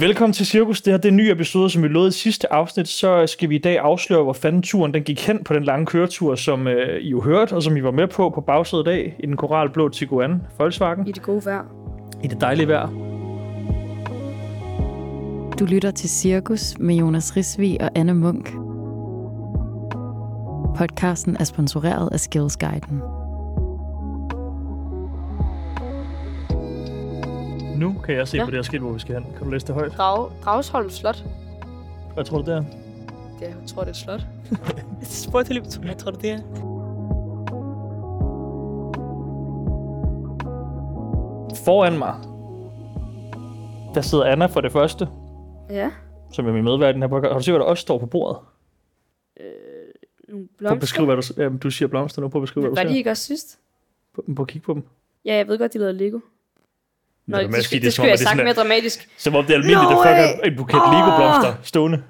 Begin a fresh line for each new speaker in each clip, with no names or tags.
Velkommen til Cirkus. Det her det er en ny episode, som vi lovede i sidste afsnit. Så skal vi i dag afsløre, hvor fanden turen den gik hen på den lange køretur, som øh, I jo hørte, og som I var med på på bagsædet af i den koralblå Tiguan Volkswagen
i det gode vejr.
i det dejlige vejr.
Du lytter til Cirkus med Jonas Risvi og Anne Munk. Podcasten er sponsoreret af Skillsguiden.
Nu kan jeg se ja.
Ja.
på det her skilt, hvor vi skal hen. Kan du læse det højt?
Drag, Dragsholm Slot.
Hvad tror du der?
Det, jeg tror, det er et slot. jeg spurgte lige, hvad tror du, det er?
Foran mig, der sidder Anna for det første,
Ja.
som er min medvært i den her podcast. Har du set, hvad der også står på bordet?
Øh, Nogle
På
blomster.
beskriv, hvad du, s- jamen, du siger blomster nu. På at beskrive, hvad du
Var de
ser.
ikke også sidst?
På, på at kigge på dem.
Ja, jeg ved godt, de lavede Lego. Nå,
det,
det,
man
det,
sige, det
det,
er
det
som om, at
skulle
det
jeg have sagt
sådan er-
mere dramatisk.
Som om det er almindeligt,
Nå, øh,
at folk
ey!
har en buket oh! Lego-blomster stående.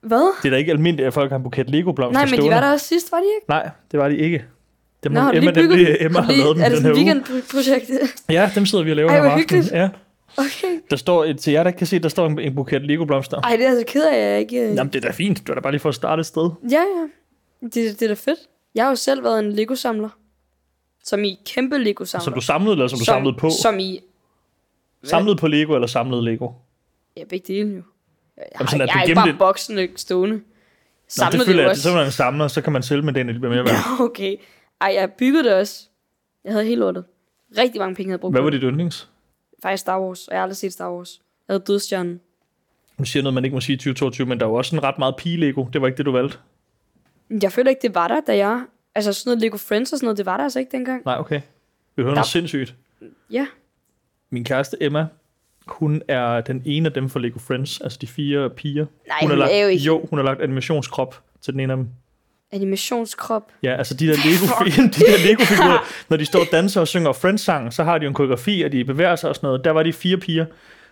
Hvad?
Det er da ikke almindeligt, at folk har en buket Lego-blomster
Nej, men de
stående.
var der også sidst, var de ikke?
Nej, det var de ikke. Dem
Nå,
har
har du
Emma,
lige bygget
nemlig,
dem?
Emma har
Har du lige-
lavet dem
Er det
den
sådan
her
et
uge.
weekendprojekt?
Ja, dem sidder vi og laver
Ej,
her om
hvor
aftenen.
hyggeligt.
Ja.
Okay.
Der står et, til jer, der ikke kan se, der står en, en buket Lego-blomster.
Ej, det er altså ked af, at jeg ikke... øh,
Jamen, det er da fint. Du er da bare lige for at starte et sted.
Ja, ja. Det, det er da fedt. Jeg har jo selv været en Lego-samler. Som i kæmpe Lego-samler.
Som du samlede, eller som du samlede på?
Som i...
Samlede på Lego, eller samlede Lego?
Ja, begge dele jo. Jeg,
Jamen,
jeg,
sådan, at
jeg
du
er ikke
gemte
bare
det-
boksene stående.
Nå, det
Samlede
føler
det jo
jeg, at
også.
så når man samler, så kan man sælge med den lidt mere værd.
Nå, okay. Ej, jeg byggede det også. Jeg havde helt lortet. Rigtig mange penge, jeg havde brugt.
Hvad
på
var dit yndlings?
Faktisk Star Wars, og jeg har aldrig set Star Wars. Jeg havde dødstjernen.
Nu siger jeg noget, man ikke må sige i 2022, men der er jo også sådan ret meget pige-Lego. Det var ikke det, du valgte.
Men Jeg føler ikke, det var der, da jeg... Altså sådan noget Lego Friends og sådan noget, det var der altså ikke dengang.
Nej, okay. Vi hører noget sindssygt.
Ja.
Min kæreste Emma, hun er den ene af dem fra Lego Friends, altså de fire piger.
Nej,
hun, har
hun
lagt,
er jo ikke-
Jo, hun har lagt animationskrop til den ene af dem.
Animationskrop.
Ja, altså de der Lego, de der Lego figurer, når de står og danser og synger Friends-sang, så har de jo en koreografi, og de bevæger sig og sådan noget. Der var de fire piger,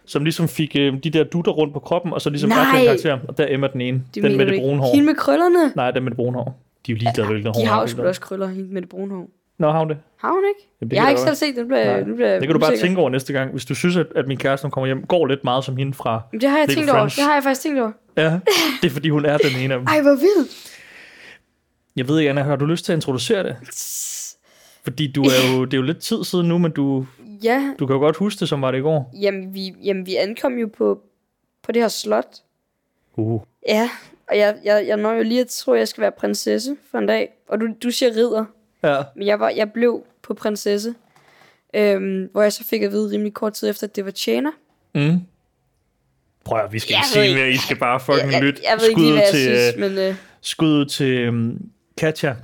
som ligesom fik øh, de der dutter rundt på kroppen, og så ligesom
Nej!
bare blev en karakter. Og der er Emma den ene, den
Det
med
mener du
det
ikke.
brune hår.
Hende med krøllerne.
Nej, den med det brune hår. De er jo ligeglade, hvilken hår
De har jo
hvilken
sgu
hår.
da også krøller, hende med det brune hår.
Nå, har hun det?
Har hun ikke?
Jamen, det
det
kan
jeg har
da
ikke
være.
selv set den. Bliver, nu bliver jeg
Det kan du bare
Øh, usikker.
tænke over næste gang. Hvis du synes, at, at min kæreste, hun kommer hjem, går lidt meget som hende fra...
Jamen, Det har jeg
Lego
tænkt over.
Friends.
Det har jeg faktisk tænkt over.
Ja, det er fordi, hun er den ene af dem.
Ej, hvor vildt.
Jeg ved ikke, Anna, har du lyst til at introducere det? Fordi du er jo, det er jo lidt tid siden nu, men du,
Ja,
du kan jo godt huske det, som var det i går.
jamen vi, jamen, vi ankom jo på, på det her slot.
Uh.
Ja, og jeg, jeg, jeg når jo lige at tro, at jeg skal være prinsesse for en dag. Og du, du siger ridder,
Ja.
men jeg, var, jeg blev på prinsesse. Øhm, hvor jeg så fik at vide rimelig kort tid efter, at det var tjener.
Mm. Prøv at høre, vi skal
Jeg
ikke
ved
sige
ikke.
mere. I skal bare fucking
jeg, jeg,
lytte.
jeg ved ikke
Skud
lige, hvad jeg
til,
synes,
øh,
men øh,
Skud ud til um, Katja,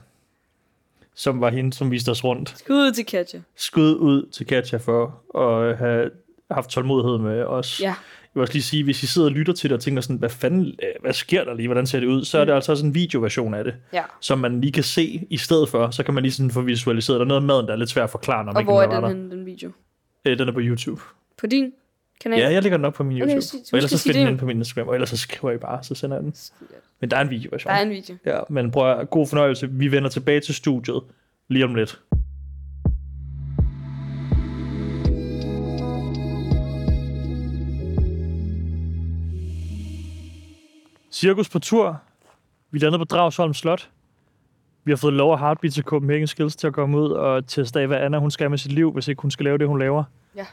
som var hende, som viste os rundt.
skud ud til Katja.
Skud ud til Katja for at øh, have haft tålmodighed med os.
Ja.
Jeg vil også lige sige, hvis I sidder og lytter til det og tænker sådan, hvad fanden, øh, hvad sker der lige, hvordan ser det ud, så er
Mm.
det altså også en videoversion af det.
ja.
som man lige kan se i stedet for, så kan man lige sådan få visualiseret. Der er noget af maden, der er lidt svært at forklare, når man
Og
ikke
hvor er
lige var
den,
der.
henne, den video?
Øh, den er på YouTube.
På din kanal?
Ja, jeg lægger den op på min
Okay,
YouTube.
så- så
og ellers så
skal jeg sige
finder jeg
det.
den på min Instagram, og ellers så skriver jeg bare, så sender jeg den. Men der er en videoversion.
Der er en video.
Ja, men prøv at, god fornøjelse. Vi vender tilbage til studiet lige om lidt. Cirkus på tur. Vi landede på Dragsholm Slot. Vi har fået lov af Heartbeat til Copenhagen Skills til at komme ud og teste af, hvad Anna hun skal med sit liv, hvis ikke hun skal lave det, hun laver.
Ja.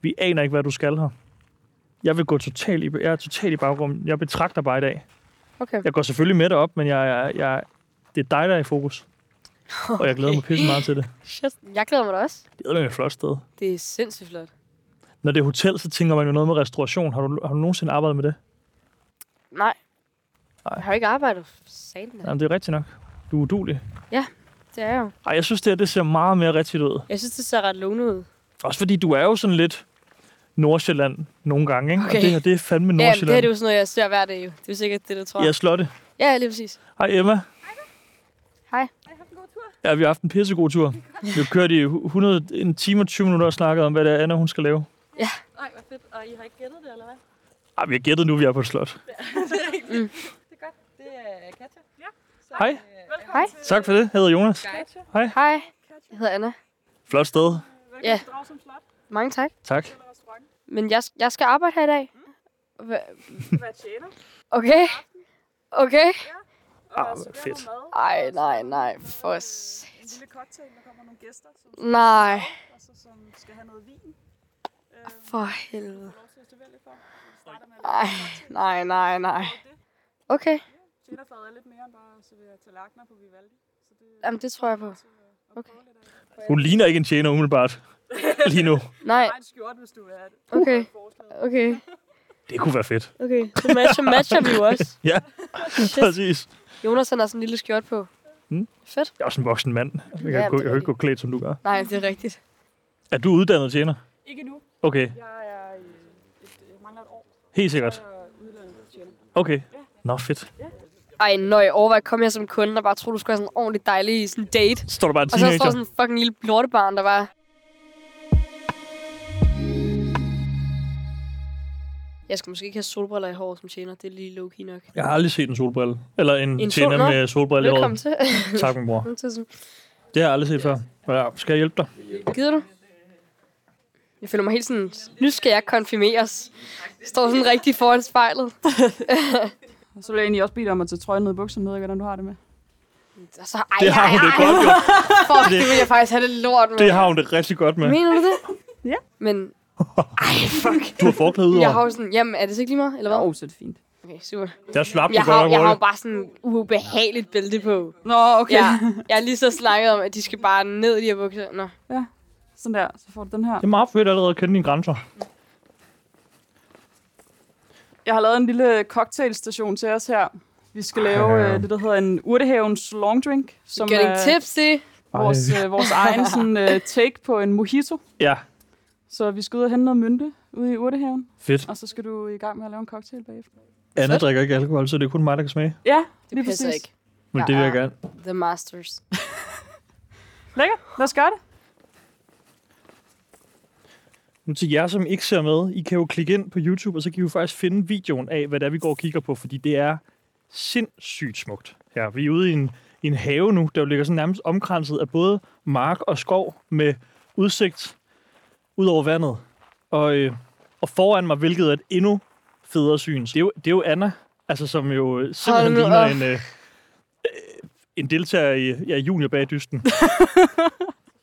Vi aner ikke, hvad du skal her. Jeg vil gå totalt i, jeg er totalt i baggrunden. Jeg betragter bare i dag.
Okay.
Jeg går selvfølgelig med dig op, men jeg, jeg, jeg, det er dig, der er i fokus. Okay. Og jeg glæder mig pisse meget til det.
Shit. Jeg glæder mig da også.
Det er eddermame et flot sted.
Det er sindssygt flot.
Når det er hotel, så tænker man jo noget med restauration. Har du, har du nogensinde arbejdet med det?
Nej.
Nej.
Jeg har ikke arbejdet for satan.
Jamen, det er rigtigt nok. Du er udulig.
Det er jo.
Ej, jeg synes, det, her, det ser meget mere rigtigt ud.
Jeg synes, det ser ret lovende ud.
Også fordi du er jo sådan lidt Nordsjælland nogle gange, ikke?
Okay.
Og det her, det er fandme
Ja, men
Nordsjælland.
det her det er jo sådan noget, jeg ser hver dag. Jo. Det er jo sikkert det, der tror.
Jeg er slotte.
Ja, lige præcis.
Hej Emma.
Hej.
Ja, vi har haft en pissegod tur. Vi har kørt i 100, en time og 20 minutter og snakket om, hvad det er, Anna hun skal lave.
Nej, hvor fedt. Og I har ikke gættet det, eller hvad?
Ej, vi har gættet nu, vi er på et slot.
Mm.
Det er godt. Det er Katja. Ja. Så, øh,
Hej.
Velkommen
Hej.
til
Tak for det. Jeg hedder Jonas.
Katja.
Hej. Jeg hedder Anna.
Flot sted.
Velkommen
Ja.
til Dragsholm Slot
Mange tak.
Tak.
eller restaurant.
Men jeg, jeg skal arbejde her i dag. Hva-
Du være tjener.
Okay. Okay.
Ah,
Og
hvor
servere
fedt.
noget mad.
Ej, nej, nej. For...
Øh,
s-
En lille cocktail, der kommer nogle gæster, som,
Mm. Nej.
og så, som skal have noget vin. Øh,
For helvede.
får lov til at servere lidt for. Vi starter med at
Mm. Ej, nej, nej, nej. Okay.
Tjenerfaget er lidt mere end bare at servere tallerkener på Vivaldi. Så det
Jamen, det tror jeg på. Okay.
Hun ligner ikke en tjener umiddelbart lige nu.
Nej,
er en skjorte, hvis du vil have det.
okay.
Forslaget.
Okay,
Det kunne være fedt.
okay. Så matcher, matcher vi jo også.
Ja,
Shit.
præcis.
Jonas han har sådan en lille skjort på.
Mm.
Fedt.
Jeg er også en voksen mand. Jeg kan,
Ja,
ja,
men
gå,
det er
jeg kan ikke gå klædt, som du gør.
Nej, det er rigtigt.
Er du uddannet tjener?
Ikke nu.
Okay,
Jeg, er, øh, et, jeg mangler et år,
helt
så
sikkert.
er jeg udlandet tjener.
Okay. Nå, fedt.
Ej, nøj, overvej, kom jeg som kunde og bare troede, du skulle have sådan en ordentlig dejlig sådan date.
Så står der bare en
Og så står
teenager.
sådan en fucking lille lortebarn, der var... Jeg skal måske ikke have solbriller i hår som tjener. Det er lige low-key nok.
Jeg har aldrig set en solbrille. Eller en,
En
en
sol-
tjener
Nå.
med solbrille i
Velkommen
håret.
til.
Tak, min bror.
Velkommen til.
Det har jeg aldrig set før. Ja, skal jeg hjælpe dig?
Gider du? Jeg føler mig helt sådan, nu skal jeg konfirmeres. Jeg står sådan rigtig foran spejlet.
Og så vil jeg egentlig også bede dig om at tage trøjen ned i bukserne. Jeg ved ikke, hvordan du har det med.
Og så, ej,
Det har hun det godt, jo.
Fuck,
Det-
det vil jeg faktisk have det lort med.
Det har hun det rigtig godt med.
Mener du det?
Ja.
Men, ej, fuck.
Du har forklæde ud
Jeg har
over.
jo sådan, jamen, er det så ikke lige meget, eller hvad?
Åh, oh, så er det fint.
Okay, super.
Der slap du
Jeg
godt
har,
nok
jeg har jo
hurtigt.
bare sådan en ubehageligt bælte på.
Nå, okay.
Ja,
Ja.
jeg har lige så snakket om, at de skal bare ned i de her bukser. Nå.
Sådan der, så får du den her.
Det er meget fedt allerede at kende dine grænser.
Jeg har lavet en lille cocktailstation til os her. Vi skal lave øh, det, der hedder en urtehavens long drink, som
Ah.
øh,
Getting
er
tipsy.
vores, øh, vores egen sådan, øh, take på en mojito.
Ja,
Så vi skal ud og hente noget mynte ude i urtehaven,
fedt.
og så skal du i gang med at lave en cocktail bagefter.
Anna drikker ikke alkohol, så det er kun mig, der kan smage.
Ja,
Det passer ikke.
Men
Jeg
det vil jeg
er-
gerne.
The Masters.
Lækkert, lad os gøre det.
Nu til jer, som ikke ser med, I kan jo klikke ind på YouTube, og så kan I jo faktisk finde videoen af, hvad det er, vi går og kigger på, fordi det er sindssygt smukt. Ja, vi er ude i en, i en have nu, der jo ligger sådan nærmest omkranset af både mark og skov med udsigt ud over vandet. Og, øh, og foran mig, hvilket er et endnu federe syn. Det er jo, det er jo Anna, altså, som jo øh, simpelthen
Hold nu
ligner
op.
en, øh, øh, en deltager i ja, junior bag dysten.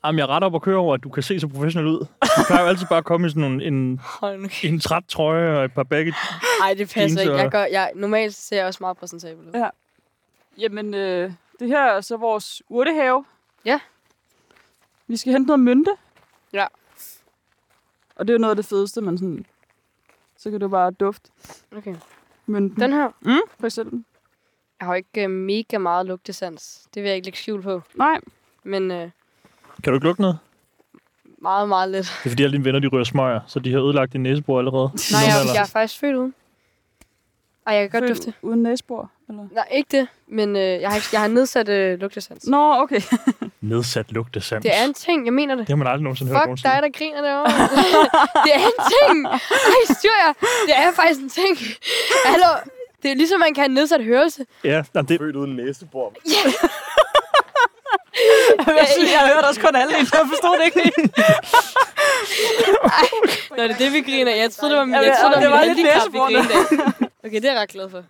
Jamen, jeg er ret op og kører over, at du kan se så professionel ud. Du plejer jo altid bare at komme i sådan nogle, en,
Hold nu.
en træt trøje og et par baggy.
Ej, det passer
Jeans
ikke.
og-
Jeg gør, jeg, normalt ser jeg også meget præsentabel ud.
Ja. Jamen, øh, det her er så vores urtehave.
Ja.
Vi skal hente noget mynte.
Ja.
Og det er jo noget af det fedeste, man sådan... Så kan du bare dufte
Okay.
mynten,
Den her.
mm, for eksempel.
Jeg har jo ikke øh, mega meget lugtesans. Det vil jeg ikke lægge skjul på.
Nej,
Men øh,
Kan du ikke lukke noget?
meget, meget lidt.
Det er fordi, alle dine venner, de ryger smøger, så de har ødelagt din næsebor allerede.
Nej,
Nogen
jeg,
alder.
jeg er faktisk født uden. Ej, jeg kan godt
Født
dufte.
Uden næsbor, eller?
Nej, ikke det. Men øh, jeg, har, ikke- jeg har nedsat øh, lugtesans.
Nå, okay.
Nedsat lugtesans.
Det er en ting, jeg mener det.
det har man aldrig nogensinde hørt
Fuck dig, der griner derovre. det er en ting. Ej, styr jer. Det er faktisk en ting. Hallo. Det er ligesom, man kan have nedsat hørelse.
Ja, jamen, det,
Født uden næsebor.
Jeg, synes, jeg hørte også kun alle Jeg forstod det ikke lige.
Nå, det er det, vi griner. af. Jeg troede, det var,
Ja,
jeg troede,
det
det var
var
mit
lidt
handicap, vi
næsebordene.
grinede af. Okay, det er jeg ret glad for.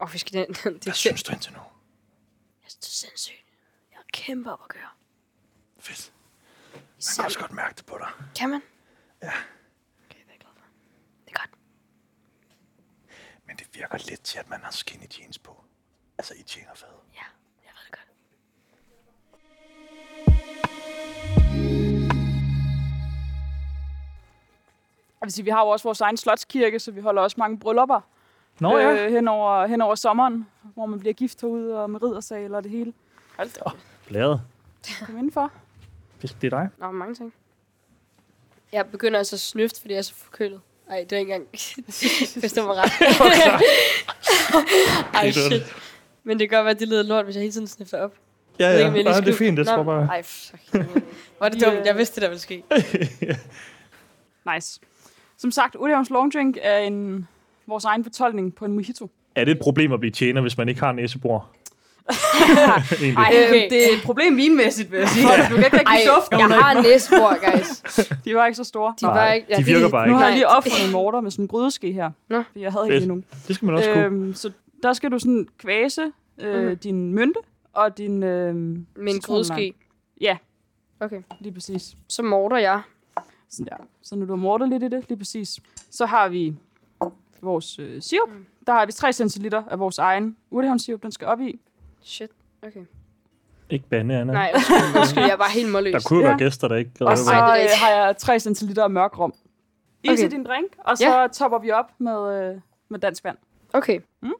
Åh, vi skal den. Det
jeg
er synd.
synes du indtil nu.
Jeg synes, det er sindssygt. Jeg er kæmpe op at gøre.
Fedt. Man kan
Især,
også godt mærke det på dig.
kan man? Ja. Okay, det er jeg glad for. Det er godt.
Men det virker lidt til, at man har skinny jeans på. Altså i tjenerfaget.
Ja, jeg ved det godt.
Jeg vil sige, vi har jo også vores egen slotskirke, så vi holder også mange bryllupper
Nå ja.
øh, hen, over, hen over sommeren, hvor man bliver gift herude og med riddersal og det hele.
Blæret.
Kom indenfor.
Hvis det er dig.
Nå, mange ting. Jeg begynder altså at snøfte, fordi jeg er så forkølet. Ej, det er ikke engang... Forstår mig ret. Ej, shit. Men det kan godt være, at det lyder lort, hvis jeg hele tiden sniffer op.
Ja,
Jeg ved
ja.
ikke, om jeg lige
Ej, det er
skulle-
fint, det
Nå,
tror jeg bare.
Ej, fuck. Var det
Vi,
dumt?
øh,
Jeg vidste, det der ville ske.
Nice. Som sagt, Odeons Long Drink er en, vores egen fortolkning på en mojito.
Er det et problem at blive tjener, hvis man ikke har en næsebor? egentlig.
Ej,
Okay.
okay.
Øh, det er et problem vinmæssigt, vil jeg sige. Du kan ikke
Ej,
rigtig dufte.
jeg har næsebor, guys.
De var ikke så store.
De
Nej,
var ikke...
de virker bare
Nu
ikke.
har jeg
Nej.
lige opfundet en morter med sådan en grydeske her.
Nå.
fordi Jeg havde ikke lige
Fedt.
nogen.
Det skal man også kunne.
Øhm, så der skal du sådan kvæse øh,
Mhm.
din mynte og din... Øh, Min
Min grydeske.
Ja,
Okay.
lige præcis.
Så morder jeg.
Sådan der. Så når du har mortet lidt i det, lige præcis. Så har vi vores øh, sirup.
Mm.
Der har vi 3 cl af vores egen urtehavnsirup, den skal op i.
Shit. Okay.
Ikke bande, Anna.
Øh. Nej, undskyld, undskyld, jeg var helt målløs.
Der kunne jo
Ja.
være gæster, der ikke gad
Og
at
så
være.
det er
øh,
rigtigt.
har jeg 3 cl af mørk rom. Is
Okay.
i din drink, og så
Ja.
topper vi op med, øh, med dansk vand.
Okay.
Mm.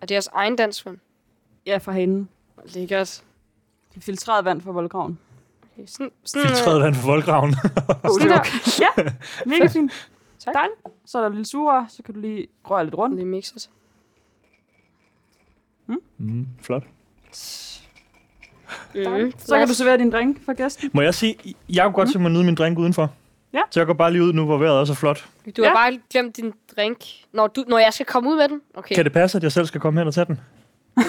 Er det jeres egen dansk vand?
Ja, fra hanen.
Lækkert.
Det er filtreret vand fra voldgraven.
Okay, sådan, sådan,
filtreret vand for folkegraven.
sådan der.
ja, mega fint.
Tak.
Dejligt. Så er der lidt sura, så kan du lige røre lidt rundt.
Det er mixet.
mm, flot.
Mm.
Så kan du servere din drink for gæsten.
Må jeg sige, jeg kunne godt tænke mig at nyde min drink udenfor.
Mm. Ja.
Så jeg går bare lige ud nu, hvor vejret også er flot.
Du har
Ja.
bare glemt din drink. Når, du, når jeg skal komme ud med den? Okay.
Kan det passe, at jeg selv skal komme hen og tage den?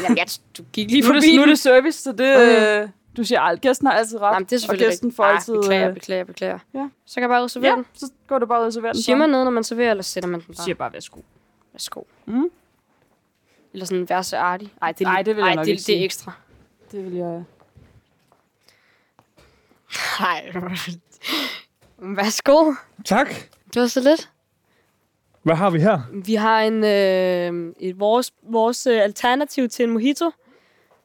Jamen, jeg, du gik lige
Nu er
forbi
det, nu er
den.
det service, så det...
Okay.
Øh, du siger, at gæsten har altid ret.
Mm. Jamen, det er
og
selvfølgelig
gæsten
rigtigt.
får
Ah,
altid...
Beklager,
øh,
beklager, beklager.
ja.
Så kan jeg bare ud og servere
Ja,
den.
så går du bare ud og serverer den.
Siger
for
man
ham.
noget, når man serverer, eller sætter man den
Du
bare?
siger bare, værsgo.
Værsgo.
Mm.
Eller sådan værse artig. Ej, det, er
Ej,
lidt-
det vil jeg
ej,
nok
det,
ikke
det er
sige.
ekstra.
Det vil jeg...
Nej. Værsgo.
Tak.
Det var så lidt.
Hvad har vi her?
Vi har en, øh, et, vores, vores øh, alternativ til en mojito.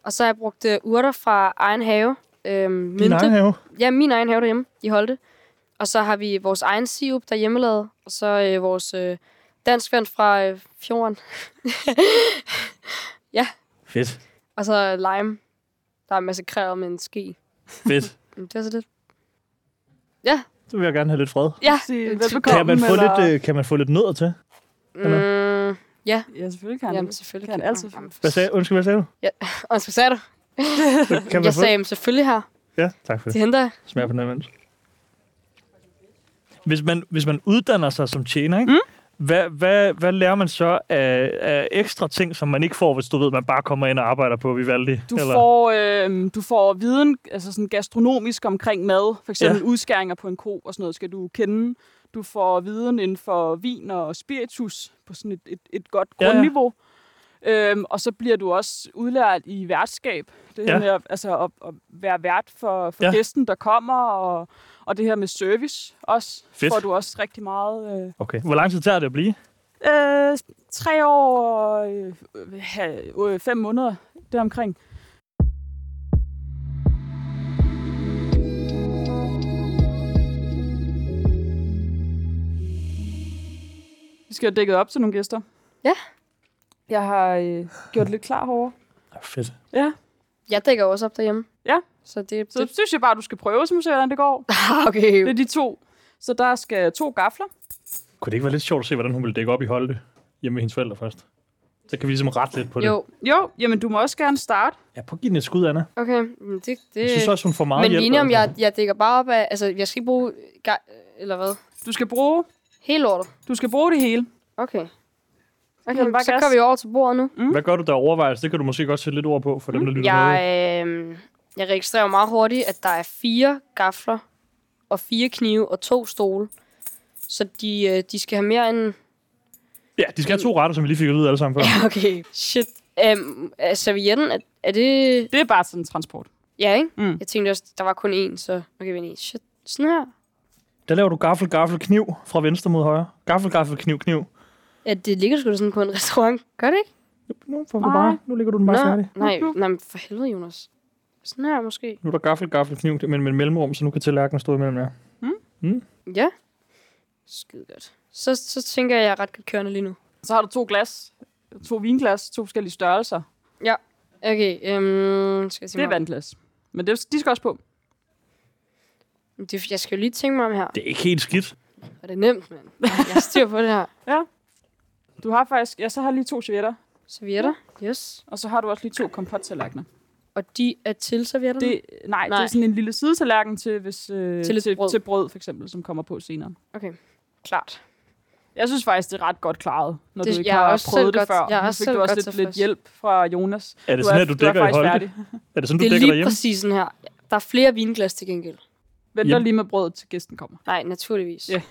Og så har jeg brugt øh, urter fra egen have. Øh,
Min egen have.
Ja, min egen have derhjemme i Holte. Og så har vi vores egen sirup der hjemmelavet. Og så øh, vores øh, dansk vand fra øh, fjorden.
Fedt.
Og så lime. Der er massakreret med en ske.
Fedt.
Mm, Det er så lidt.
Så vil jeg gerne have lidt fred.
Ja.
Sige,
Kan
velbekomme,
Kan man få,
eller...
lidt, øh, kan man få lidt nødder til?
Mm,
Ja, selvfølgelig kan
jamen,
Jamen.
selvfølgelig.
kan han altid
Jamen,
Hvad sagde, undskyld, hvad sagde du?
Og så sagde du?
Kan man
Jeg
få?
sagde, "Jamen, selvfølgelig her.
Ja, tak for det.
Det henter jeg.
Smager på den anden. Hvis man, hvis man uddanner sig som tjener, ikke? Mm. Hvad, hvad, hvad lærer man så af, af ekstra ting, som man ikke får, hvis du ved, man bare kommer ind og arbejder på Vivaldi?
Du får, øh, du får viden altså sådan gastronomisk omkring mad. For eksempel
Ja.
ja. udskæringer på en ko og sådan noget skal du kende. Du får viden inden for vin og spiritus på sådan et, et, et godt
Ja, ja.
grundniveau. Ja. Øhm, og så bliver du også udlært i værtskab. Det her
Ja.
ja. med at, altså, at, at være vært for, for
Ja.
ja. gæsten, der kommer. Og, og det her med service også.
Fedt.
Får du også rigtig meget... Øh,
Okay. Hvor lang tid tager det at blive?
øh, tre år og øh, øh, øh, fem måneder deromkring. Vi skal have dækket op til nogle gæster.
Ja.
Jeg har øh, gjort lidt klar herovre.
Fedt.
Ja.
Jeg dækker også op derhjemme.
Ja.
Så det...
Så
det...
synes jeg bare, du skal prøve, så må vi se, hvordan det går.
Ah, okay.
Det er de to. Så der skal to gafler.
Kunne det ikke være lidt sjovt at se, hvordan hun ville dække op i Holte hjemme ved hendes forældre først? Så kan vi ligesom rette lidt på det.
Jo,
Jo, jamen du må også gerne starte.
Ja, prøv at give den et skud, Anna.
okay. Mm, Det, det...
Jeg synes også, hun får meget
Men vi
hjælp.
er enige om,
altså.
jeg, jeg dækker bare op af... Altså, jeg skal ikke bruge... Ga- eller hvad?
Du skal bruge,
Helt lortet.
du skal bruge det hele.
Okay. Okay,
Jamen,
så
gas.
går vi over til bordet nu.
Mm. Hvad gør du der overvejelser? Det kan du måske godt sætte lidt ord på for dem, der lytter
Mm, Jeg,
med.
øh, jeg registrerer jo meget hurtigt, at der er fire gafler og fire knive og to stole. Så de, øh, de skal have mere end...
Ja, de skal have to retter, som vi lige fik at vide alle sammen før.
Okay, shit. Øhm, er servietten, er, er det...
Det er bare sådan en transport.
Ja, ikke?
Mm.
Jeg tænkte også, der var kun én, så... Okay, men shit. Sådan her.
Der laver du gaffel, gaffel, kniv fra venstre mod højre. Gaffel, gaffel, kniv, kniv.
Ja, det ligger sgu da sådan på en restaurant. Gør det ikke?
Nu, får du
Nej.
bare, nu ligger du den bare færdig.
nej, nej, men for helvede, Jonas. Sådan her måske.
Nu er der gaffel, gaffel, kniv, men med mellemrum, så nu kan tallerkenen stå imellem jer.
Ja. Skide godt. Så, så tænker jeg, at jeg er ret godt kørende lige nu.
Så har du to glas, to vinglas, to forskellige størrelser.
Okay, øhm, skal jeg
Det
tænke
er
mig om?
vandglas. Men det, de skal også på.
Det, jeg skal jo lige tænke mig om her.
Det er ikke helt skidt.
Og det er nemt, mand. Jeg har styr på det her.
Du har faktisk, ja, så har jeg lige to servietter,
Servietter. Yes.
og så har du også lige to kompottallerkener.
Og de er til servietter.
Det, nej, nej, det
Nej.
er sådan en lille sidetallerken til, hvis, øh,
Til lidt
til,
brød.
til brød, for eksempel, som kommer på senere.
Okay, klart.
Jeg synes faktisk, det er ret godt klaret, når
Det-
du ikke
jeg er
har
også
prøvet
selv
det
godt-
før.
jeg er
Nu
også
fik
selv
du også
godt
lidt, lidt
tilfreds.
hjælp fra Jonas.
Er det sådan, at du
er
dækker i
faktisk
holdet?
færdig.
Er det sådan, du
Det er
dækker
lige
derhjemme?
præcis sådan her. Der er flere vinglas til gengæld.
Venter
Jamen.
lige med brødet, til gæsten kommer.
Nej, naturligvis.
Ja.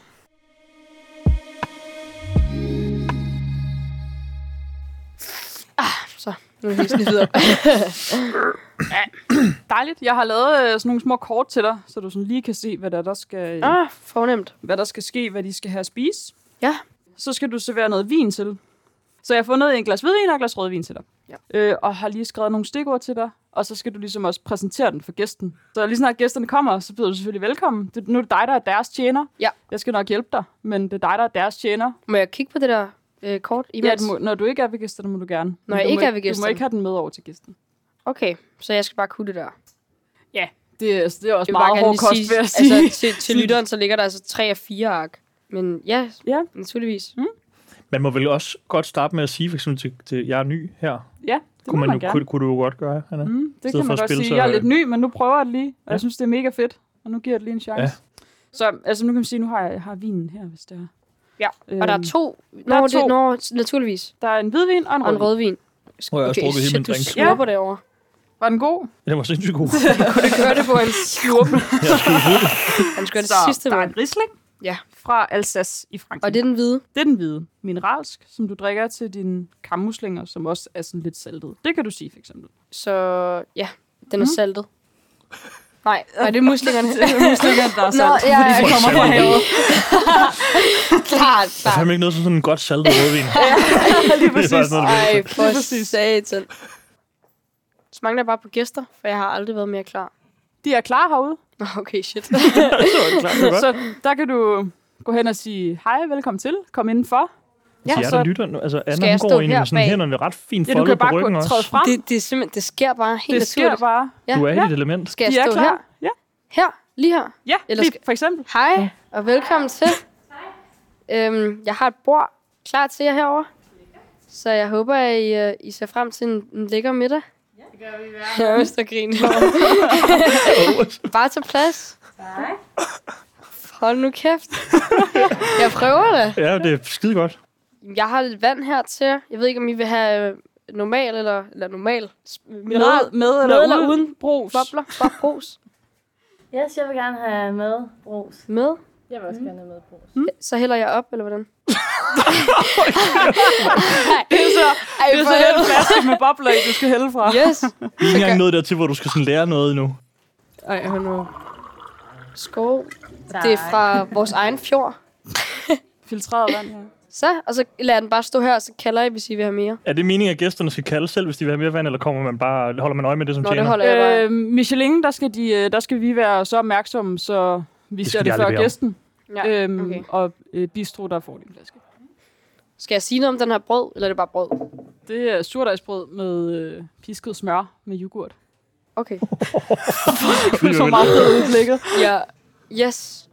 Ah, Nu er jeg helt snydt op.
Dejligt. Jeg har lavet øh, sådan nogle små kort til dig, så du sådan lige kan se, hvad der, er, der skal, ah.
ah, fornemt.
hvad der skal ske, hvad de skal have at spise.
Ja.
Så skal du servere noget vin til. Så jeg har fundet en glas hvidvin og et glas rødvin til dig.
Ja.
Øh, og har lige skrevet nogle stikord til dig. Og så skal du ligesom også præsentere den for gæsten. Så lige snart gæsterne kommer, så byder du selvfølgelig velkommen. Det, nu er det dig, der er deres tjener.
Ja.
Jeg skal nok hjælpe dig, men det er dig, der er deres tjener.
Må jeg kigge på det der øh, kort imens?
Ja, du må, når du ikke er ved gæsterne, må du gerne. Men
jeg
du må
ikke er ved
Du må
gæsterne.
ikke have den med over til gæsten.
Okay, så jeg skal bare kunne det der.
Det, er- det er også
vil
meget
gerne
hård
lige
kost, vil jeg sige.
Altså, til, til lytteren, så ligger der altså 3 og 4 ark. Men ja,
Ja.
ja. naturligvis.
Man må vel også godt starte med at sige, for eksempel til, til jeg er ny her.
ja, det
kunne,
må
man
man
jo,
gerne.
kunne, kunne du jo godt gøre, Anna. Mm.
Mm, det
stedet
kan
for
man
at
godt
spille
sige.
så
jeg er
højt.
lidt ny, men nu prøver jeg det lige, og
Ja.
jeg synes, det er mega fedt. Og nu giver jeg det lige en chance.
Ja.
Ja. Så altså, nu kan man sige, nu har jeg har vinen her, hvis det er.
Ja,
øhm,
Og der er to. Nå,
er
det,
to.
Nå, naturligvis.
Der er en hvidvin og en,
Og en
rød.
rødvin.
Må jeg også drukket hele min
shit, du
drink?
slurper ja. derovre.
Var den god?
Den var sindssygt god.
Kunne det gøre det på en slurp?
Jeg skulle vide det.
Han skal gøre det
Så
sidste
der er
med.
en risling
Ja.
fra Alsace i Frankrig.
Og det er den hvide.
det er den hvide, mineralsk, som du drikker til dine kammuslinger, som også er sådan lidt saltet. Det kan du sige, for eksempel.
Så ja, den
Mhm.
er saltet. Nej, nej, det er muslingerne. muslingerne, der er
salt,
Nå, ja,
fordi
ja,
de
kommer fra
saltet.
havet. klart,
Der er
klart.
fandme ikke noget som sådan en godt saltet rødvin.
det er
bare
præcis.
sådan noget,
Ej,
Lige
for
præcis.
satan. Så mangler jeg bare på gæster, for jeg har aldrig været mere klar.
De er klar herude,
Nå, okay, shit.
det var klart, det var godt.
så der kan du gå hen og sige, hej, velkommen til, kom indenfor.
Ja,
og
så
så-
jeg lytter nu. Altså, Anna,
Skal jeg
hun går
stå
ind med
her
sådan
bag?
hænderne ret fint
Ja, du
foldet
kan
på
bare
ryggen
gå- træde
også.
frem.
Det, det, er simpelthen, det sker bare helt
det sker
naturligt.
bare.
Ja,
Du er
ja.
i dit element.
Skal jeg
De er
stå
klar.
her?
Ja.
Her, lige her.
Ja,
Eller
lige,
skal-
for eksempel.
Hej, og velkommen til. Øhm, jeg har et bord klar til jer herover, Så jeg håber, at I, øh, I ser frem til en, en lækker middag. Ja, det gør vi Jeg er også grine Bare tag plads. Tak. Hold nu kæft. Jeg prøver det.
Ja, det er skide godt.
Jeg har lidt vand her til jer. Jeg ved ikke, om I vil have øh, normal eller, eller normal. Mineral.
Med, med,
Med eller
uden.
uden
brus.
bobler. Bare brus.
Yes, jeg vil gerne have med brus.
Med.
Jeg vil også mm. gerne have med brus.
Så hælder jeg op, eller hvordan?
Det er så,
Ej,
det er så en flaske med bobler i, du skal hælde fra.
Yes.
Vi er ikke engang nået dertil, hvor du skal sådan lære noget endnu.
Ej, hold nu. Skov. Det er fra vores egen fjord.
Filtreret vand her.
Så, og så lader jeg den bare stå her, og så kalder I, hvis I vil have mere.
Er det meningen, at gæsterne skal kalde selv, hvis de vil have mere vand, eller kommer man bare, holder man øje med det som
Nå,
tjener?
det holder jeg bare.
Øh, Michelin, der skal, de, øh, der skal vi være så opmærksomme, så vi ser
skal de
det
aldrig
før
bede om.
gæsten.
Ja.
Øhm,
okay.
Og øh, bistro, der får din flaske.
Skal jeg sige noget om den her brød, eller er det bare brød?
Det er surdejsbrød med øh, pisket smør med yoghurt.
Okay.
Det er så meget bedre udblikket.
Ja. Yes.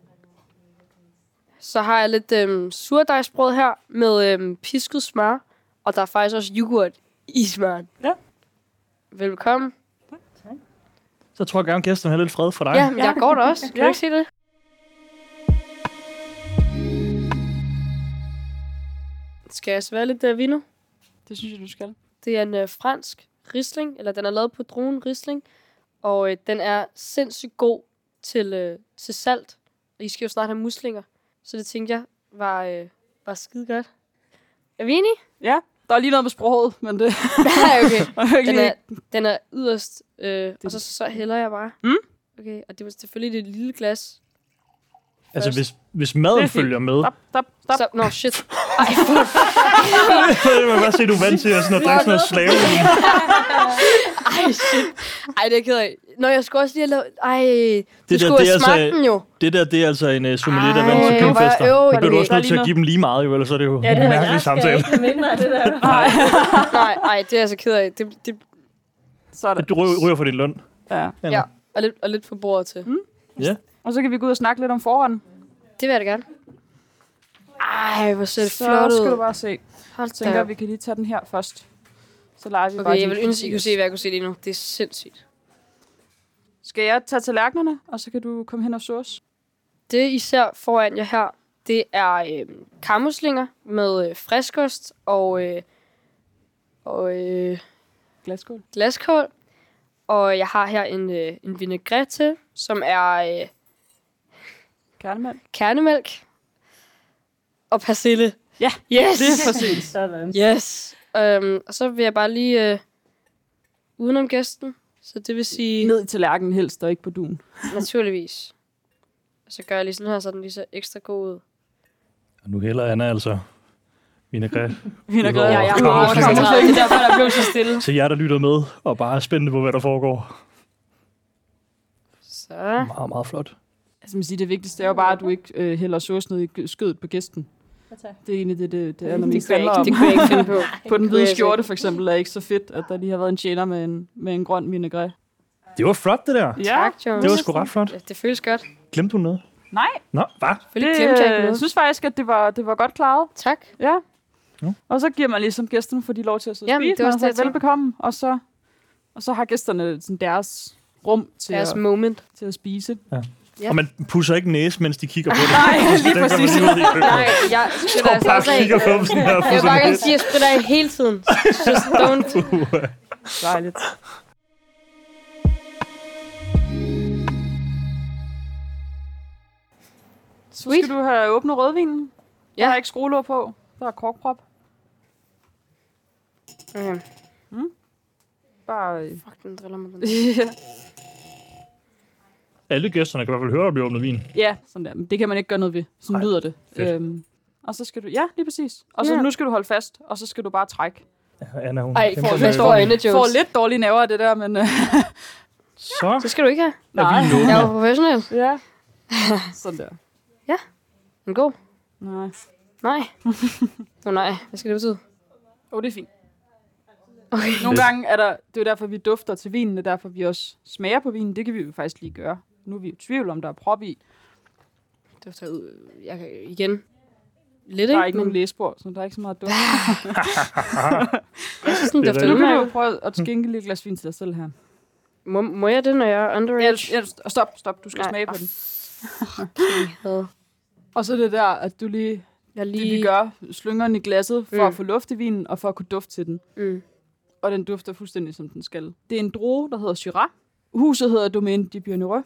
Så har jeg lidt øhm, surdejsbrød her med øhm, pisket smør, og der er faktisk også yoghurt i smøren.
Ja.
Velkommen.
Så tror jeg gerne, at gæsterne har lidt fred for dig.
Ja, men jeg går der også. Kan
Ja.
du ikke se det? Skal jeg svære lidt øh, vino?
Det synes jeg, du skal.
Det er en øh, fransk risling, eller den er lavet på druen risling, og øh, den er sindssygt god til, øh, til salt. Og I skal jo snart have muslinger, så det tænkte jeg var, øh, var skide godt. Er vi enige?
Ja, der er lige noget med sproget, men det
Nej, okay.
er ikke
Den
lige...
er, den er yderst, øh, og så, så hælder jeg bare. Okay, og det var selvfølgelig det lille glas.
altså,
først.
hvis, hvis
Det
maden
er fint.
følger med,
Stop, stop, stop.
Så, nå, shit. Ej, fuck.
så kan man bare se, at du er vant til at, sådan at drikke sådan noget slavevin.
Ej, shit. Ej, det er jeg ked af. Nå, jeg skulle også lige have lavet... Ej, det du
der,
der, skulle
det
have
er
smagt
altså-
den jo.
Det der, det er altså en uh, sommelier, der er vant
Ej,
til
hvor
pinfester.
øv,
Det bliver du
det-
også nødt til at give dem lige meget, jo, ellers er det jo
Ja, det
en
er
mærkelig
jeg skal
samtale.
ikke have mindre af det der.
Nej, ej, det er jeg så ked af. Det, det,
Sådan.
Du ryger, ryger for din løn.
Ja.
ja, og lidt, og lidt på bordet til.
Og så kan vi gå ud og snakke lidt om forhånden.
Det vil jeg da gerne. Ej, hvor ser det
så
flot
skal du
ud.
bare se.
Hold
Jeg tænker,
da.
at vi kan lige tage den her først. Så leger vi bare
Okay, jeg
de
vil ønske, I kunne
flippers.
se, hvad jeg kunne se lige nu. Det er sindssygt.
Skal jeg tage tallerkenerne, og så kan du komme hen og sås?
Det, I ser foran jer her, Det er øh, karmuslinger med øh, friskost og, øh, og øh,
Glaskål.
glaskål. Og jeg har her en, øh, en vinaigrette til, som er øh,
Kernemælk.
kernemælk og persille.
Ja,
yes!
Det er præcis.
Sådan.
Yes. Øhm, og så vil jeg bare lige øh, udenom gæsten. Så det vil sige...
Ned i tallerkenen helst, og ikke på duen.
Naturligvis. Og så gør jeg lige sådan her, så den lige så ekstra god ud.
Og nu hælder Anna altså vinaigrette.
Vi er
Udover
glade. Ja, ja.
karmuslinger.
Åh, karmuslinger.
Det er derfor, der blev så stille.
Til jer, der lytter med, og bare er spændende på, hvad der foregår.
Så.
Meget, meget flot.
Altså, man siger, det vigtigste er jo bare, at du ikke øh, hælder sauce ned i gø- skødet på gæsten. Det er egentlig det, det, det er, når
Det kunne,
man
jeg
handler
ikke,
om.
det kunne jeg ikke finde på.
På den
det
hvide
kunne jeg
skjorte, for eksempel, er ikke så fedt, at der lige har været en tjener med en, med en grøn vinaigrette.
Det var flot, det der.
Ja,
Tak, Jones.
Det var sgu ret flot.
Ja, det føles godt.
Glemte du noget?
Nej.
Nå, hvad?
Selvfølgelig glemte jeg ikke
jeg
noget.
øh, synes faktisk, at det var, det var godt klaret.
Tak.
Ja.
Jo.
Og så giver man ligesom gæsterne, for de lov til at sidde og
Jamen,
spise.
det var
Man
også det,
har
jeg
sagt
tænkte.
velbekomme, og så, og så har gæsterne sådan deres rum til,
Deres
at,
moment.
til at spise.
Ja.
Og man pusser ikke næse, mens de kigger på det. Nej,
lige præcis.
Nej, jeg spritter
Og
altså
bare
også af.
kigger på dem sådan her.
Jeg vil
pusser
bare gerne
næse.
sige, at jeg spritter af hele tiden. Just don't.
Dejligt. Så
Sweet.
skal du have åbnet rødvinen. Ja.
Ja.
Der er ikke skruelåg på. Der er korkprop.
Okay.
Bare... øh,
Fuck, den driller mig. Den.
Alle gæsterne kan i hvert fald høre, der bliver åbnet vin.
Ja, sådan der. Men det kan man ikke gøre noget ved. Sådan
Nej.
lyder det.
Fedt.
Øhm, og så skal du... Ja, lige præcis. Og så
Ja.
nu skal du holde fast, og så skal du bare trække.
Anna, hun
Ej,
kæmper
får
med-
man store øjne,
Jeg får
Jones.
lidt dårlige nerver af det der, men... Øh,
Så
Det skal du ikke have.
er
nej.
vinen
Jeg er
åbnet.
jo professionel.
Ja. Sådan der.
Den er god.
Nej.
Nej. Åh oh, nej, hvad skal det betyde?
Åh, oh, det er fint.
Okay.
Nogle gange er der, det er jo derfor, vi dufter til vinen, det er derfor, vi også smager på vinen. Det kan vi jo faktisk lige gøre. Nu er vi i tvivl, om der er prop i.
Det var taget ud. Jeg kan igen. Lidt,
Der
ikke?
er ikke nogen læsbord, så der er ikke så meget duft.
sådan,
Det er
det
rigtigt.
Nu kan du
dufter
jo prøve at skænke lidt glas vin til dig selv her.
må, må jeg det, når jeg er
Ja,
underage?
ja, st- stop, stop. Du skal
Nej.
smage på den.
Hvad?
Og så det der, at du lige,
Jeg
lige...
lige...
Det, vi gør slyngerden i glasset for
Mm.
mm. at få luft i vinen og for at kunne dufte til den.
Mm.
Og den dufter fuldstændig, som den skal. Det er en droge, der hedder Syrah. Huset hedder Domaine de Bionereux.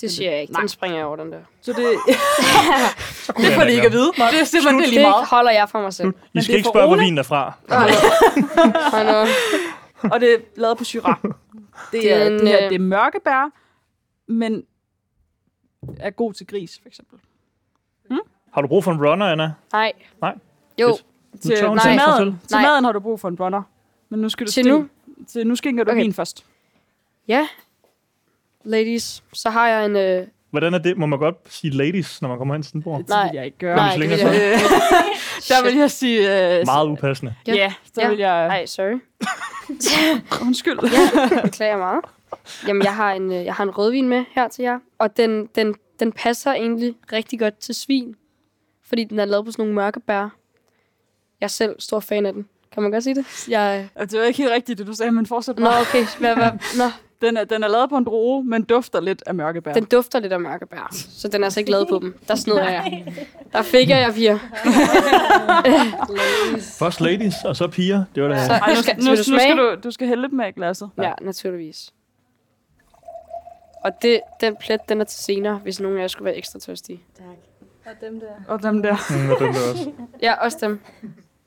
Det siger jeg ikke. Den springer jeg over, den der.
Så det, det får de ikke at vide. Det er simpelthen det er lige
Det
meget.
holder jeg for mig selv.
I
det
skal
er
ikke
for
spørge, hvor
Ole.
vinen er fra.
Hold nu.
Og det er lavet på Syrah. Det er,
Den,
det, her,
øh,
det er mørkebær, men er god til gris, for eksempel.
Har du brug for en runner, Anna?
Nej.
Nej.
Jo,
Fedt. Nu
Til,
tager hun
til,
selv sig
maden,
selv.
til
Nej.
maden har du brug for en brunner. Men nu skal du
til
skænke-
nu.
Til nu skænker du
Okay.
okay. vin først.
Ja. Ladies, så har jeg en... Øh...
Hvordan er det? Må man godt sige ladies, når man kommer hen til sådan et bord?
Det
Nej.
vil jeg ikke gøre.
Nej, det
slinger
vil
sig.
jeg ikke.
Øh, der vil jeg sige... Øh,
Meget upassende.
Ja, ja, der
Ja.
vil jeg...
Nej, sorry.
Undskyld.
Beklager meget. Jamen, jeg har, en, øh, jeg har en rødvin med her til jer. Og den, den, den passer egentlig rigtig godt til svin. Fordi den er lavet på sådan nogle mørke bær. Jeg er selv stor fan af den. Kan man godt sige det? Jeg, øh,
Altså, Det var ikke helt rigtigt, det du sagde, men fortsæt
Nå,
bare.
okay. Hvad, hvad? Nå,
Den er, den er lavet på en droge, men dufter lidt af mørkebær.
den dufter lidt af mørkebær, så den er altså ikke lavet på dem. Der snød jeg. Der fik jeg jer piger.
Først ladies, og så piger. Det var da...
Så
Ej, nu,
skal,
nu,
vil du
nu skal
smage?
du, du skal hælde dem af i glasset.
Ja, naturligvis. Og det, den plet, den er til senere, hvis nogen af jer skulle være ekstra tørstige.
Tak. Og dem der.
Og dem der.
Mm, og den der også.
Ja, også dem.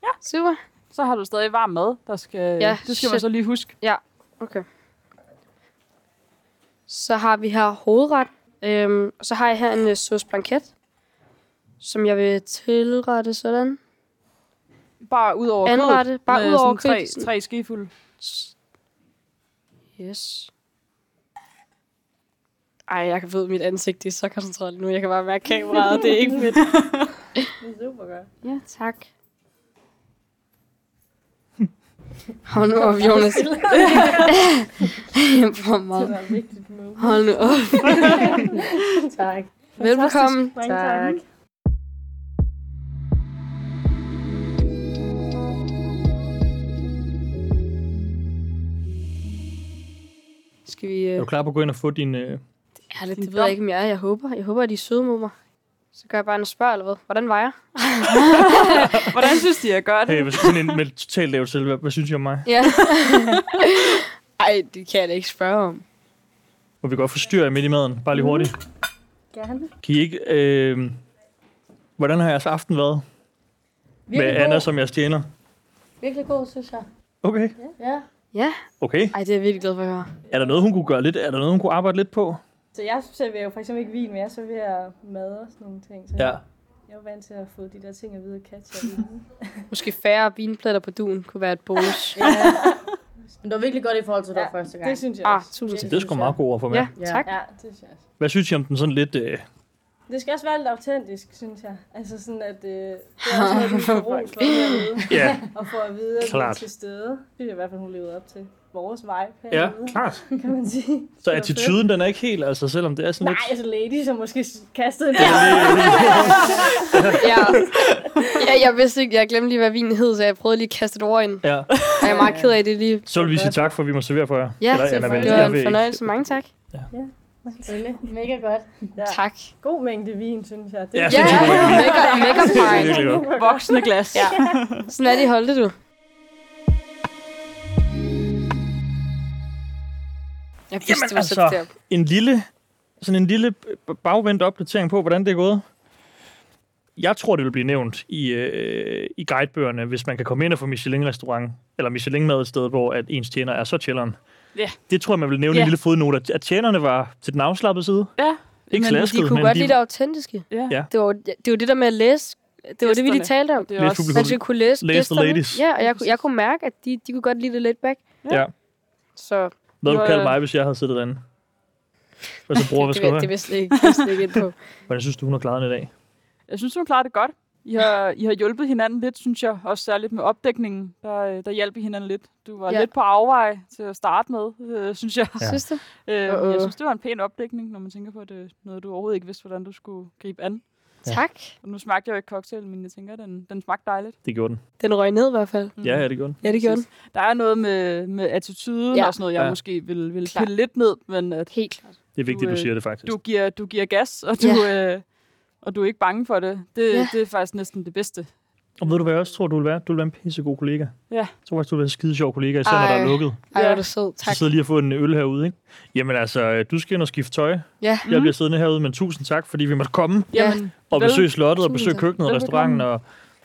Ja. Super.
Så har du stadig varm mad, der skal,
Ja,
ja, det skal man
shit.
så lige huske.
Okay. Så har vi her hovedret. Øhm, og så har jeg her en øh, sauce blanket, som jeg vil tilrette sådan.
Bare ud over
Anrette,
kødet
bare
med
ud over
sådan tre,
kødet.
tre skefulde.
Yes. Ej, jeg kan ved, mit ansigt det er så koncentreret nu. Jeg kan bare mærke kameraet, det er ikke fedt.
Det er super godt.
Ja, tak. Hold nu op, Jonas. Jeg får
Det
meget.
var et vigtigt move.
Hold nu op.
Tak.
Velbekomme.
Mange tak.
Skal vi...
Er
Øh...
du klar på at gå ind og få din... Øh...
Ærligt, øh,
Din
øh,
det ved jeg ikke, om jeg er. Jeg håber, jeg håber at de er søde mod mig. Så gør jeg bare en spørg, eller hvad? Hvordan var jeg?
Hvordan synes de, jeg gør det?
Hey, hvis sådan en med totalt lavet selv, hvad, hvad synes I om mig?
Ja. Ej, det kan jeg da ikke spørge om.
Må vi godt forstyrre jer midt i maden? Bare lige
Mm.
hurtigt.
Gerne.
Kan I ikke... Øh, hvordan har jeres aften været med
Virkelig
Anna
god.
som jeres tjener?
Virkelig god, synes jeg.
Okay.
Ja.
Okay.
Ej, det er jeg virkelig glad for at høre.
Er der noget, hun kunne gøre lidt? Er der noget, hun kunne arbejde lidt på?
Så jeg serverer jo for eksempel ikke vin, men jeg serverer mad og sådan nogle ting. Så jeg er jo vant til at få de der ting at vide, Katja.
Måske færre vinpletter på duen kunne være et bonus.
Ja. Men det var virkelig godt i forhold til ja.
Ja,
det første gang.
det synes jeg
Ah,
også.
tusind
Det er sgu meget gode ord for mig.
Ja,
Ja.
Ja.
tak.
Ja, det synes jeg også.
Hvad synes I om den sådan lidt... Øh,
Det skal også være lidt autentisk, synes jeg. Altså sådan, at øh, det er også noget, du får ros for at vide.
ja,
Og for at vide, at du er
Klart.
til stede. Det synes jeg i hvert fald, hun levede op til. Vores vibe
ja,
herude,
klart.
kan man sige.
Så attituden, den er ikke helt, altså selvom det er sådan
Nej,
lidt...
altså lady, som måske kastede en
Ja. ja, jeg vidste ikke, jeg glemte lige, hvad vinen hed, så jeg prøvede lige at kaste et ord ind.
Ja,
Og jeg er meget ked af det lige.
så vil vi sige tak for, at vi må servere for jer.
Ja,
Eller, Anna, men
det var
jeg ved
en
ikke.
fornøjelse. Mange tak.
Selvfølgelig. Mega godt.
Ja.
Tak.
god mængde vin, synes jeg. Det
Ja,
er
Ja,
sindssygt godt.
mega, mega
Det er
fine.
virkelig godt.
Voksne glas.
Ja. Sådan er det i Holte, du. Jeg vidste,
Jamen
det var så
altså.
der.
en lille, sådan en lille b- bagvendt opdatering på, hvordan det er gået. Jeg tror, det vil blive nævnt i, øh, i guidebøgerne, hvis man kan komme ind og få Michelin-restaurant, eller Michelin-mad et sted, hvor at ens tjener er så tjelleren.
Ja.
Det tror jeg, man vil nævne i
Ja.
en lille fodnote, at- at tjenerne var til den afslappede side.
Ja.
Ikke
Men
slasket,
De kunne
men
godt
de
lide det autentiske.
Ja.
Ja.
Det var, jo- det var det der med at læse. Det var det, vi lige
Gæsterne.
talte om.
Det
Læs
er også...
publikum.
Man skulle kunne læse
Læse the
gæsterne.
ladies.
Ja, og jeg, kunne- jeg kunne mærke, at de, de kunne godt lide det lidt back.
Ja.
Så
hvad du
Nå,
kalde
ja.
mig, hvis jeg havde siddet derinde. Hvad så bruger vi
det, vil,
skulle
det
have?
vil jeg slet ikke, det vil jeg slet ikke ind på.
Hvordan synes du, hun har klaret den i dag?
Jeg synes, hun klarer det godt. I har, I har hjulpet hinanden lidt, synes jeg. Også særligt med opdækningen, der, øh, der hjalp I hinanden lidt. Du var
Ja.
ja. lidt på afvej til at starte med, øh, synes jeg.
Ja.
Synes du?
Øh,
Øh,
men
øh.
jeg synes, det var en pæn opdækning, når man tænker på, at det er noget, du overhovedet ikke vidste, hvordan du skulle gribe an.
Ja.
Tak.
Og nu smagte jeg jo ikke cocktail, men jeg tænker, den, den smagte dejligt.
Det gjorde den.
Den røg ned i hvert fald.
Mm.
Ja, ja, det gjorde den.
Ja, det gjorde den.
Der er noget med, med attituden
Ja.
ja. og sådan noget, jeg
Ja.
ja. måske vil, vil
Klart.
pille lidt ned, men at
Helt klart.
Det er vigtigt, du,
Du, øh,
siger det faktisk.
du giver, du giver gas, og du, øh, og du er ikke bange for det. Det,
Ja.
ja. det er faktisk næsten det bedste.
Og ved du, hvad jeg også tror, du vil være? Du vil være en pissegod kollega.
Ja.
Jeg tror faktisk, du vil være en skide sjov kollega, især når der er
Ej.
lukket.
Ej,
Ja.
hvor er du sød.
Tak.
Tak.
Så sidder lige og få en øl herude, ikke? Jamen altså, øh, du skal ind og skifte tøj.
Ja.
Jeg bliver siddende herude, men tusind tak, fordi vi måtte komme
Ja.
Jamen,
og
Vel-
besøge slottet og
tusind
besøge
tak.
køkkenet og
Velbekomme.
restauranten. Og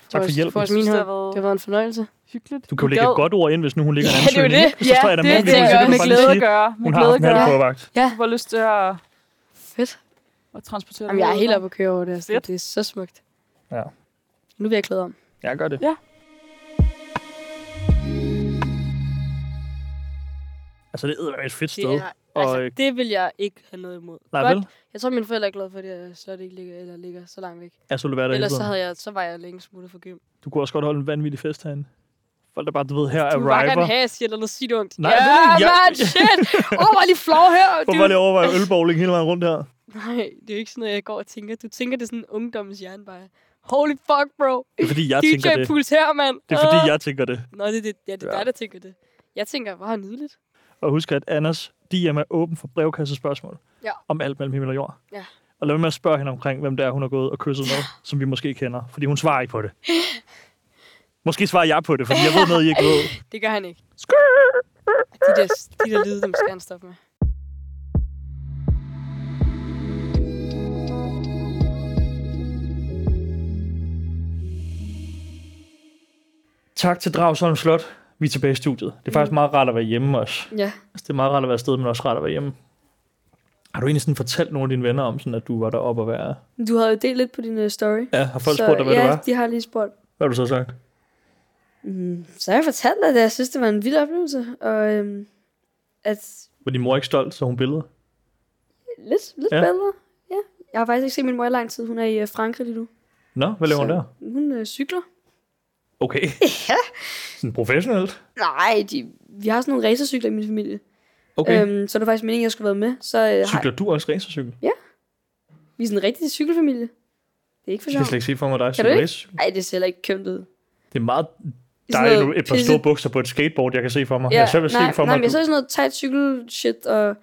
tak for
os-
hjælpen.
For os min
det
hånd.
har været
Det har været en fornøjelse.
hyggeligt.
Du kan jo
Du
lægge
gad-
et godt ord ind, hvis nu hun ligger en
Ja,
ansøgning.
det er jo det.
ikke? Så
Ja,
står jeg da
det,
med,
det,
hvis
det,
hun
jeg
siger,
også.
det,
kan
det med
man
glæde
sige,
at gøre. Med
Hun har
glæde
haft
at
en
gøre.
halv på vagt.
Ja.
Du har lyst til at,
Fedt.
at transportere
Jamen, jeg er
ud.
helt oppe at køre over det. Altså.
Fedt.
Det er så smukt.
Ja.
Nu vil jeg klæde om.
Jeg gør det.
Ja.
Altså, det er et fedt sted.
Det, er,
Og,
altså,
øh,
det vil jeg ikke have noget imod.
nej,
Godt.
vel?
Jeg tror, mine forældre er glade for, at jeg slet ikke ligger, eller ligger så langt væk.
Ja, så vil du være der hele
Ellers så,
tiden.
havde jeg, så var jeg længe smuttet for gym.
Du kunne også godt holde en vanvittig fest herinde. Folk, der bare, du ved, her
Du vil bare
arriver.
gerne have, at jeg siger noget sygt ungt.
Nej,
ja,
jeg vil ikke. Jeg-
man, shit. Åh, oh, var lige flov her.
Prøv bare lige at overveje ølbowling hele vejen rundt her.
Nej, det er jo ikke sådan noget, jeg går og tænker. Du tænker, det er sådan en ungdommens hjerne bare. Holy fuck, bro.
Det er fordi, jeg
DJ
tænker det.
Puls her, mand.
Det er fordi,
Ah.
jeg tænker det.
Nå, det, er det, ja, det er
Ja.
dig, der tænker det. Jeg tænker, hvor er nydeligt.
Og husk, at Anders DM er åben for brevkassespørgsmål
Ja.
om alt mellem himmel og jord.
Ja.
Og lad være med at spørge hende omkring, hvem det er, hun har gået og kysset med, som vi måske kender. Fordi hun svarer ikke på det. Måske svarer jeg på det, fordi jeg ved noget, I ikke ved.
Det gør han ikke. Skrrr. De der, de der lyde, dem skal han stoppe med.
Tak til Dragsholm Slot. Vi er tilbage i studiet. Det er faktisk meget rart at være hjemme også.
Ja.
Altså, det er meget rart at være afsted, men også rart at være hjemme. Har du egentlig sådan fortalt nogle af dine venner om, sådan, at du var deroppe og være...
Du havde jo delt lidt på din øh, story.
Ja, har folk spurgt dig, hvad
ja,
det var?
de har lige spurgt.
Hvad har du så sagt?
Mm, så har jeg fortalt dig, at jeg synes, det var en vild oplevelse. Og øhm, at
Var din mor ikke stolt, så hun billede?
lidt, lidt
Ja.
ja. bedre. Ja. Jeg har faktisk ikke set min mor i lang tid. Hun er i øh, Frankrig lige nu.
Nå, hvad laver hun
Så-
der?
Hun øh, cykler.
Okay.
Ja.
Sådan professionelt?
Nej, de, vi har sådan nogle racercykler i min familie.
Okay.
Øhm, så det var faktisk meningen, at jeg skulle være med. Så øh, har,
Cykler du også racercykel?
vi er sådan en rigtig cykelfamilie. Det er ikke for
Jeg kan
sjovt.
slet ikke se for mig, at dig
Kan du
cykler
ikke?
racercykel.
Nej, det ser heller ikke kønt ud.
Det er meget
I sådan
dejligt
noget
et par
pisse-
store bukser på et skateboard, jeg kan se for mig. Ja, jeg selv vil
nej,
se for mig,
nej,
at
men jeg
du,
så i sådan noget tight cykel shit og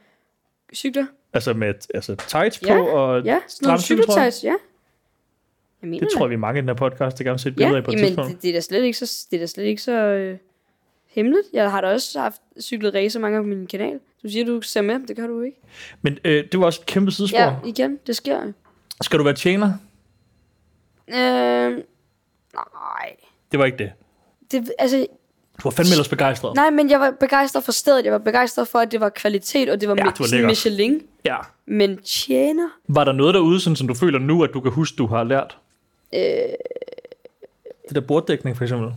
cykler.
altså med altså, tights
Ja,
på og
Ja, sådan noget
stram cykeltrøje.
cykeltights, ja. Jeg mener
Det tror jeg, vi er mange i den her podcast, der gerne vil se et
Ja,
billede af på et
jamen,
tidspunkt.
det, det, er da slet ikke så, det er da slet ikke så øh, hemmeligt. Jeg har da også haft cyklet racer mange gange på min kanal. Du siger, du ser med, det gør du ikke.
Men øh, det var også et kæmpe sidespor.
Ja, igen, det sker.
Skal du være tjener?
Øh, nej.
Det var ikke det.
Det, altså,
Du var fandme ellers begejstret.
nej, men jeg var begejstret for stedet. Jeg var begejstret for, at det var kvalitet, og det var,
Ja,
mi-
det var
sådan
lækkert.
Michelin.
Ja.
Men tjener?
Var der noget derude, sådan, som du føler nu, at du kan huske, du har lært?
Øh,
Det der borddækning, for eksempel.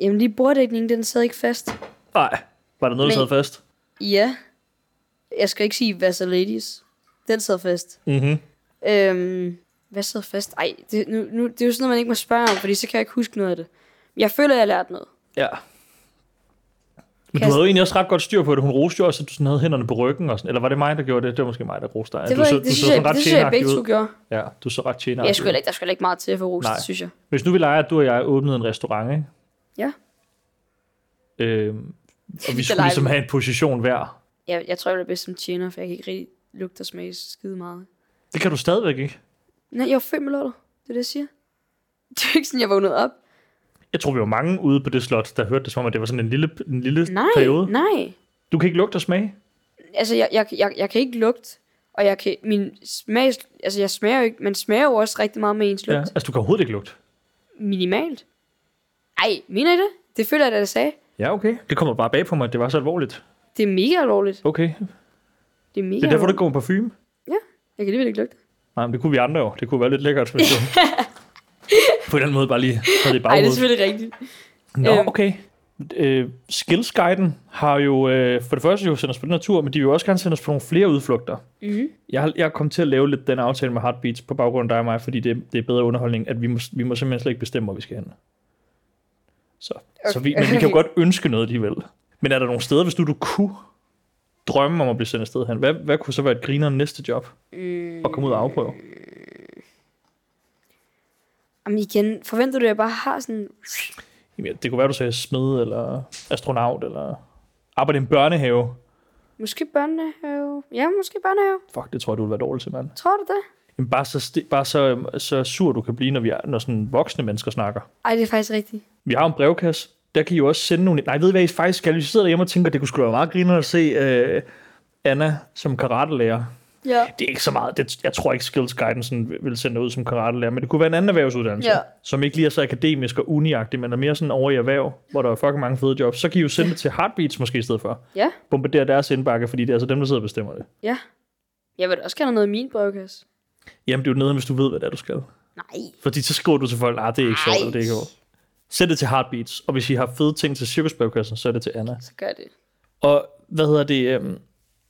jamen, lige borddækningen, den sad ikke fast.
Nej. Var der noget, der sad
Men-
fast?
Ja. Jeg skal ikke sige Vassalitis. Den sad fast.
Mhm.
Øhm, hvad sad fast? Ej, det, nu, nu, det er jo sådan noget, man ikke må spørge om, fordi så kan jeg ikke huske noget af det. Men Jeg føler, jeg har lært noget.
Ja. Men du
Kas-
havde jo egentlig også ret godt styr på det. Hun roste jo også, at du sådan havde hænderne på ryggen. Og sådan. Eller var det mig, der gjorde det? Det var måske mig, der roste dig.
det,
du
var
så,
ikke, det,
du
synes
så
jeg,
sådan ret
det synes jeg, begge
tjeneragtig
to
ud.
gjorde.
Ja, du så ret tjener.
Jeg skulle heller ikke, der skulle heller ikke meget til at få ros,
Nej.
det synes jeg.
Hvis nu vi leger, at du og jeg åbnede en restaurant, ikke?
Ja.
Øhm, og vi
Der
skulle
leger
ligesom
vi.
have en position hver.
Jeg, jeg tror, jeg blev bedst som tjener, for jeg kan ikke rigtig lugte og smage skide meget.
Det kan du stadigvæk ikke.
Nej, jeg var fem minutter. Det er det, jeg siger. Det er ikke sådan, jeg vågnede op.
Jeg tror, vi var mange ude på det slot, der hørte det som om, at det var sådan en lille, en lille
Nej,
periode.
nej.
Du kan ikke lugte og smage.
altså, jeg, jeg, jeg, jeg kan ikke lugte, og jeg kan, min smag, altså, jeg smager jo ikke, man smager jo også rigtig meget med ens
Ja.
lugt.
Altså, du kan overhovedet ikke lugte.
Minimalt. Ej, mener I det? Det føler jeg, da jeg sagde.
Ja, okay. Det kommer bare bag på mig, at det var så alvorligt.
Det er mega alvorligt.
Okay. Det
Det er mega
er derfor, du
alvorligt.
ikke går med parfume.
Jeg kan alligevel ikke lugte.
Nej, men det kunne vi andre jo. Det kunne være lidt lækkert, hvis du... på en eller anden måde bare lige havde det i
Nej, det er
baghovedet.
selvfølgelig rigtigt.
Nå,
Øhm.
okay. Øh, Skillsguiden har jo øh, for det første jo sendt os på den her tur, men de vil jo også gerne sende os på nogle flere udflugter.
Mhm.
Jeg, har- jeg er kommet til at lave lidt den aftale med Heartbeats på baggrund af dig og mig, fordi det, det er bedre underholdning, at vi må, vi må simpelthen slet ikke bestemme, hvor vi skal hen. Så, okay. så vi, men vi kan jo godt ønske noget alligevel. Men er der nogle steder, hvis du, du kunne drømme om at blive sendt afsted hen? Hvad, hvad kunne så være et griner næste job? Mm. At komme ud og afprøve?
Jamen igen, forventer du, at jeg bare har sådan...
Jamen, ja, det kunne være, du sagde smed, eller astronaut, eller arbejde i en børnehave.
Måske børnehave? Ja, måske børnehave.
Fuck, det tror jeg, du ville være dårlig til, mand.
Tror du det?
Jamen, bare så, sti- bare så, øhm, så sur du kan blive, når, vi er, når sådan voksne mennesker snakker.
Ej, det er faktisk rigtigt.
Vi har en brevkasse. Der kan I jo også sende nogle... Nej, ved I hvad I faktisk skal? Hvis I sidder derhjemme og tænker, det kunne sgu da være meget griner at se øh, Anna som karatelærer.
Ja.
Det er ikke så meget. Det, jeg tror ikke, Skills Guidance vil sende dig ud som karatelærer, men det kunne være en anden erhvervsuddannelse,
Ja.
som ikke lige er så akademisk og uniagtig, men er mere sådan over i erhverv, hvor der er fucking mange fede jobs. Så kan I jo sende det til Heartbeats måske i stedet for.
Ja.
Bombardere deres indbakke, fordi det er altså dem, der sidder og bestemmer det.
Jeg vil da også gerne have noget i min brevkasse.
Jamen, det er jo nede, hvis du ved, hvad det er, du skal.
Nej.
Fordi så skriver du til folk, at det er ikke sjovt, eller det er ikke sjovt. Send det til Heartbeats, og hvis I har fede ting til cirkusbrevkassen, så er det til Anna.
Så gør det.
Og hvad hedder det? øhm,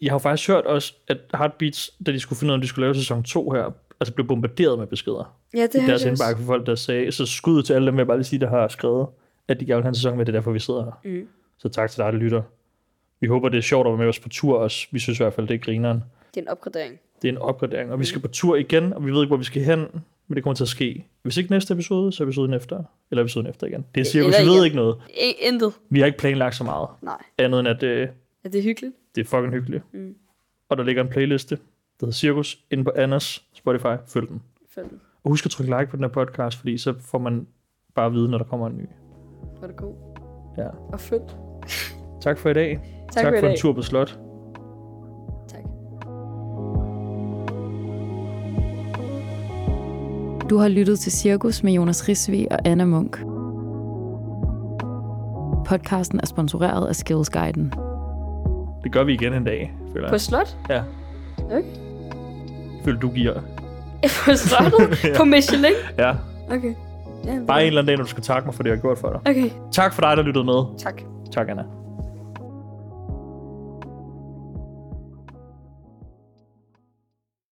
Jeg har jo faktisk hørt også, at Heartbeats, da de skulle finde ud af, om de skulle lave sæson 2 her, altså blev bombarderet med beskeder.
Ja, det
Det I
har jeg
deres
også.
indbakke for folk, der sagde, så skud til alle dem, vil jeg bare lige sige, der har skrevet, at de gerne vil have en sæson med, det er derfor, vi sidder her.
Mm.
Så tak til dig, der lytter. Vi håber, det er sjovt at være med os på tur også. Vi synes i hvert fald, det er grineren.
Det er en opgradering.
Det er en opgradering, og vi skal på tur igen, og vi ved ikke, hvor vi skal hen, men det kommer til at ske. Hvis ikke næste episode, så episoden efter, eller episoden efter igen. Det er cirkus, vi
Eller
ved
igen.
ikke noget.
I- E- intet.
Vi har ikke planlagt så meget,
Nej.
andet end at øh,
Er det hyggeligt?
det er fucking hyggeligt.
Mm.
Og der ligger en playliste, der hedder Cirkus, inde på Annas Spotify. Følg den.
Følg den.
Og husk at trykke like på den her podcast, fordi så får man bare at vide, når der kommer en ny.
Var det god?
Ja.
Og følg.
Tak for i dag.
Tak,
tak
for, i
for en
dag.
tur på slot.
Tak.
Du har lyttet til Cirkus med Jonas Risvi og Anna Munk. Podcasten er sponsoreret af Skillsguiden.
Det gør vi igen en dag, føler
På
jeg.
slot?
Ja.
Okay.
Føler du giver.
På slottet?
Ja.
På Michelin?
Ja.
Okay. Ja,
Bare en eller anden dag, når du skal takke mig for det, jeg har gjort for dig.
Okay,
Tak for dig, der lyttede med.
tak.
Tak, Anna.